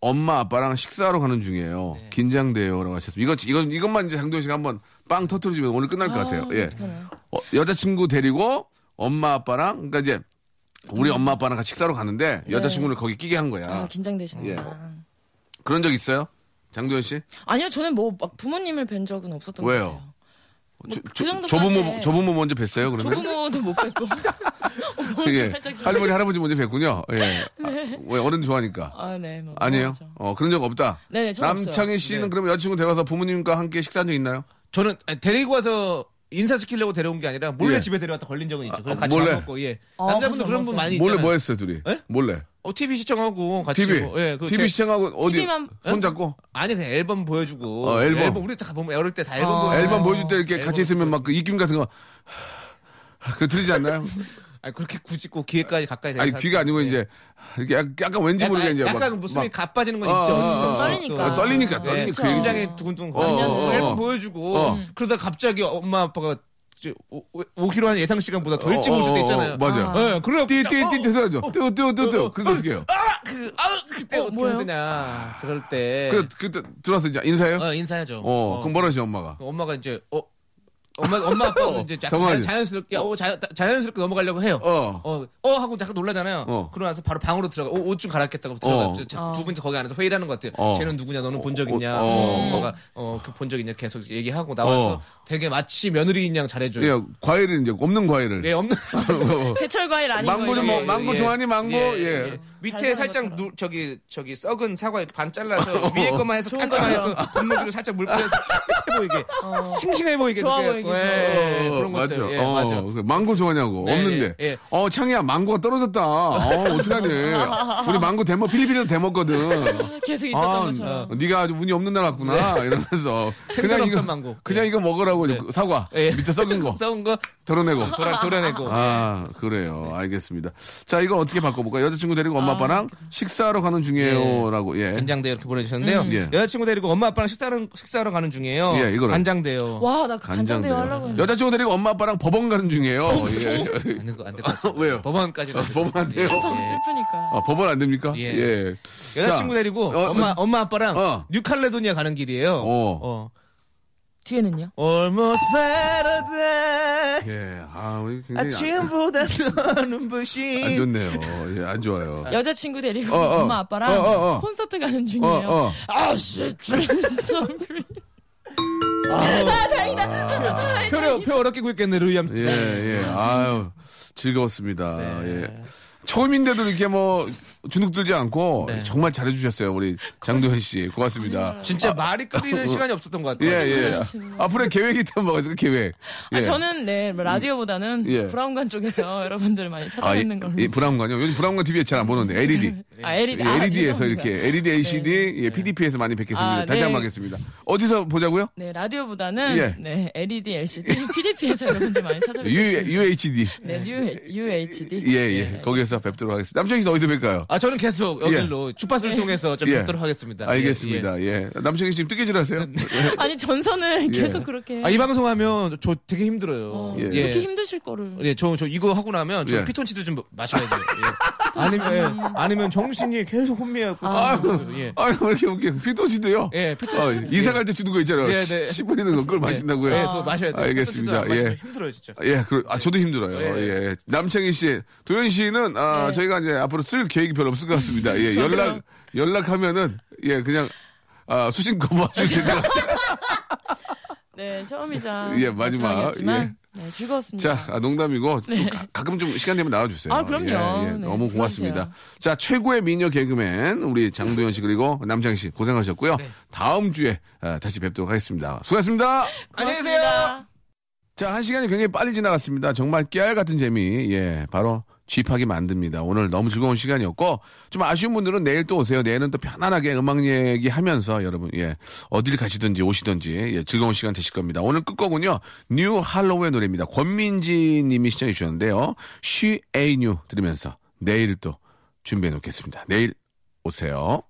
엄마 아빠랑 식사하러 가는 중이에요. 네. 긴장돼요라고 하셨습니다. 이거 이건 이것만 이제 장도현 씨가 한번 빵 터트리면 오늘 끝날 것 같아요. 예. 어, 여자친구 데리고 엄마 아빠랑 그러니까 이제 우리 엄마 아빠랑 같이 식사로 가는데 여자친구를 거기 끼게 한 거야. 네. 아, 긴장되시는구나. 예. 그런 적 있어요? 장도현 씨? 아니요, 저는 뭐 막 부모님을 뵌 적은 없었던 왜요? 어, 것 같아요. 조- 그 조- 정도까지. 조부모 조부모 먼저 뵀어요 그러면? 조부모도 못 뵙고. 예. 살짝 좀- 할머니 할아버지 먼저 뵀군요. 네. 예. 아, 왜 어른 좋아하니까. 아, 네. 뭐 아니에요. 그렇죠. 어 그런 적 없다. 네네, 저 남창희 씨는 그럼 여자친구 데려가서 부모님과 함께 식사한 적 있나요? 저는 아니, 데리고 와서 인사시키려고 데려온 게 아니라 몰래 예. 집에 데려왔다 걸린 적은 있죠. 그래서 아, 같이 몰래. 밥 먹고 예. 아, 남자분들 그래서 그런 분 먹었어요. 많이 몰래 있잖아요. 뭐 했어요 둘이? 예? 몰래. 어, TV 시청하고 같이 TV. 뭐, 예, 그 TV 제- 예? 시청하고 어디 TV만 손 잡고 아니 그냥 앨범 보여주고 어, 앨범. 우리 다 보면 어릴 때 다 앨범 어. 보여. 앨범 보여줄 때 이렇게 아, 예, 앨범 같이 있으면 막 그 입김 같은 거. 그 들리지 않나요? 아니 그렇게 굳이 꼭 귀에까지 가까이 대고 아니 살- 귀가 아니고 예. 이제 이렇게 약- 약간 왠지 약간, 모르게 이제 약간 막- 무슨 막- 가빠지는 건 어, 있죠. 어, 어쩔 수 어, 없어. 떨리니까. 또. 어, 떨리니까 네, 네, 떨리니까 그쵸. 심장에 두근두근 어, 거리고 어, 어. 앨범 보여주고 어. 그러다 갑자기 엄마 아빠가 5kg 한 예상 그 시간보다 더 어, 일찍 올 수도 있잖아요. 어, 맞아. 예, 그래요. 띠띠띠 해야죠. 띠오띠오띠오띠오 그래서 어떻게 해요? 아, 그, 아, 그때 어, 어, 떻게 뭐예요? 해야 되냐. 그럴 때. 그 그때 들어와서 이제 인사해요? 네. 어, 인사하죠. 어, 그럼 뭐라 어, 하죠 엄마가? 그 엄마가 이제, 어, 엄마, 엄마, 아빠가 이제 자, 당황하지. 연스럽게 어, 자, 연스럽게 넘어가려고 해요. 어. 어, 어, 하고 잠깐 놀라잖아요. 어. 그러고 나서 바로 방으로 들어가. 어, 옷 좀 갈아입겠다고 어. 들어가죠. 자, 어. 두 분이서 거기 안에서 회의를 하는 것 같아요. 어. 쟤는 누구냐, 너는 본 적 어, 있냐. 어, 어. 엄마가, 어, 그 본 적 있냐 계속 얘기하고 나와서 어. 되게 마치 며느리인 양 잘해줘요. 예, 과일을 이제 없는 과일을. 어, 네, 없는. 제철 과일 아닌 망고 좀 거예요. 먹- 뭐 망고 좋아하니, 망고? 예. 밑에 사는 살짝 것처럼. 누- 저기 저기 썩은 사과 반 잘라서 어. 위에 것만 해서 좋은 깔끔하게 거죠. 어. 그 분무기로 살짝 물 뿌려서 해 보이게 싱싱해 보이게 좋아 이렇게 보이게. 해갖고. 예, 예, 그런 것들 맞죠. 예, 어, 맞아. 그래서 망고 좋아하냐고. 네, 없는데. 예, 예. 어, 창이야, 망고가 떨어졌다. 어, 어떡하니. 우리 망고 대먹, 필리핀에서 대먹거든. 계속 있었던 아, 것처럼. 네가 아주 운이 없는 날 왔구나. 이러면서. 네. 생전 없던 망고. 그냥 예. 이거 먹으라고. 사과. 예. 밑에 썩은 거. 썩은 거 덜어내고. 돌아 돌아내고. 아, 그래요. 네. 알겠습니다. 자, 이거 어떻게 바꿔볼까요? 여자친구 데리고 엄마, 아빠랑 식사하러 가는 중이에요. 예. 라고, 예. 간장대요 이렇게 보내주셨는데요. 예. 여자친구 데리고 엄마 아빠랑 식사하러, 식사하러 가는 중이에요. 예, 이거를. 간장대요. 와, 나그 간장대요 간장대요. 하려고 했는데. 여자친구 데리고 엄마, 아빠랑 법원 가는 중이에요. 예. 안될 것 같습니다. 왜요? 법원까지. 어, 법원 안 돼요? 슬프니까. 아, 법원 안 됩니까? 예. 자, 여자친구 데리고 어, 엄마 엄마 아빠랑 어. 뉴칼레도니아 가는 길이에요. 어. 어. 뒤에는요? Almost Saturday. 예, 아, 우리 굉장히 안, 아침보다 더 아, 눈부신. 안 좋네요. 예, 안 좋아요. 여자친구 데리고 어, 어. 엄마 아빠랑 어, 어, 어. 콘서트 가는 중이에요. 어, 어. 아씨, 주인성그린 아, 아, 표를 표 어렵게 구했겠네 루이암. 예, 예. 아유, 즐거웠습니다. 네. 예. 처음인데도 이렇게 뭐, 주눅 들지 않고 네. 정말 잘해주셨어요. 우리 장도현 씨. 고맙습니다. 진짜 말이 끊이는 시간이 없었던 것 아. 예, 같아요. 예. 잘해주시네요. 앞으로 계획이 있다면 뭐가 있을까, 계획. 예. 아, 저는 네 라디오보다는 예. 브라운관 쪽에서 여러분들을 많이 아, 이, 찾아뵙는 걸로. 이 브라운관요? 요즘 브라운관 TV 에 잘 안 보는데, LED. 네. 아, LED. 아, LED에서 죄송합니다. E 네, 이렇게, LED, LCD, 예, PDP에서 많이 뵙겠습니다. 아, 다시 네. 한번 하겠습니다. 어디서 보자고요? 네 라디오보다는 예. 네 LED, LCD, PDP에서 여러분들 많이 찾아뵙는. U, UHD. 네, U UHD. 예, 예. 거기서 뵙도록 하겠습니다. 남정희 씨 어디서 뵐까요? 아 저는 계속 여기로 주파수를 통해서 좀 예. 듣도록 하겠습니다. 예, 알겠습니다. 예. 남정희 씨 지금 뜨개질 하세요? 아니 전선을 예. 계속 그렇게. 예. 아이 방송하면 저 되게 힘들어요. 어, 예. 이렇게 힘드실 거를. 예, 저, 저 이거 하고 나면 저 예. 음. 피톤치드 좀 마셔야 돼요. 예. 아니면 예. 아니면 정신이 계속 혼미해갖고 정신없어요. 예. 아유, 왜 이렇게 웃겨. 피토치드요? 예, 아, 피톤치드 이사 갈 때 주는 거 있잖아요. 예, 네. 시- 씹어리는 거, 그걸 마신다고요? 예, 그거 마셔야 돼요. 알겠습니다. 피톤치드 안 마시면 예. 힘들어요, 진짜. 예, 그, 아, 저도 힘들어요. 예. 예. 남창희 씨, 도현 씨는, 아, 저희가 이제 앞으로 쓸 계획이 별로 없을 것 같습니다. 예, 저도요. 연락, 연락하면은, 예, 그냥, 아, 수신 거부하실 수 있는 네 처음이자 예, 마지막. 마지막이었지만 네, 즐거웠습니다. 네. 자, 아, 농담이고 좀 가, 끔좀 시간 되면 나와주세요. 아, 그럼요. 예, 예, 네, 너무 고맙습니다. 불러주세요. 자, 최고의 미녀 개그맨 우리 장도연 씨 그리고 남장 씨 고생하셨고요. 다음 주에 아, 다시 뵙도록 하겠습니다. 수고하셨습니다. 안녕히 고맙습니다. 계세요. 자, 한 시간이 굉장히 빨리 지나갔습니다. 정말 깨알 같은 재미. 예, 바로 쥐팍이 만듭니다. 오늘 너무 즐거운 시간이었고, 좀 아쉬운 분들은 내일 또 오세요. 내일은 또 편안하게 음악 얘기 하면서 여러분, 예, 어딜 가시든지 오시든지, 예, 즐거운 시간 되실 겁니다. 오늘 끝거군요. 뉴 할로우의 노래입니다. 권민지 님이 시청해 주셨는데요. She A New 들으면서 내일 또 준비해 놓겠습니다. 내일 오세요.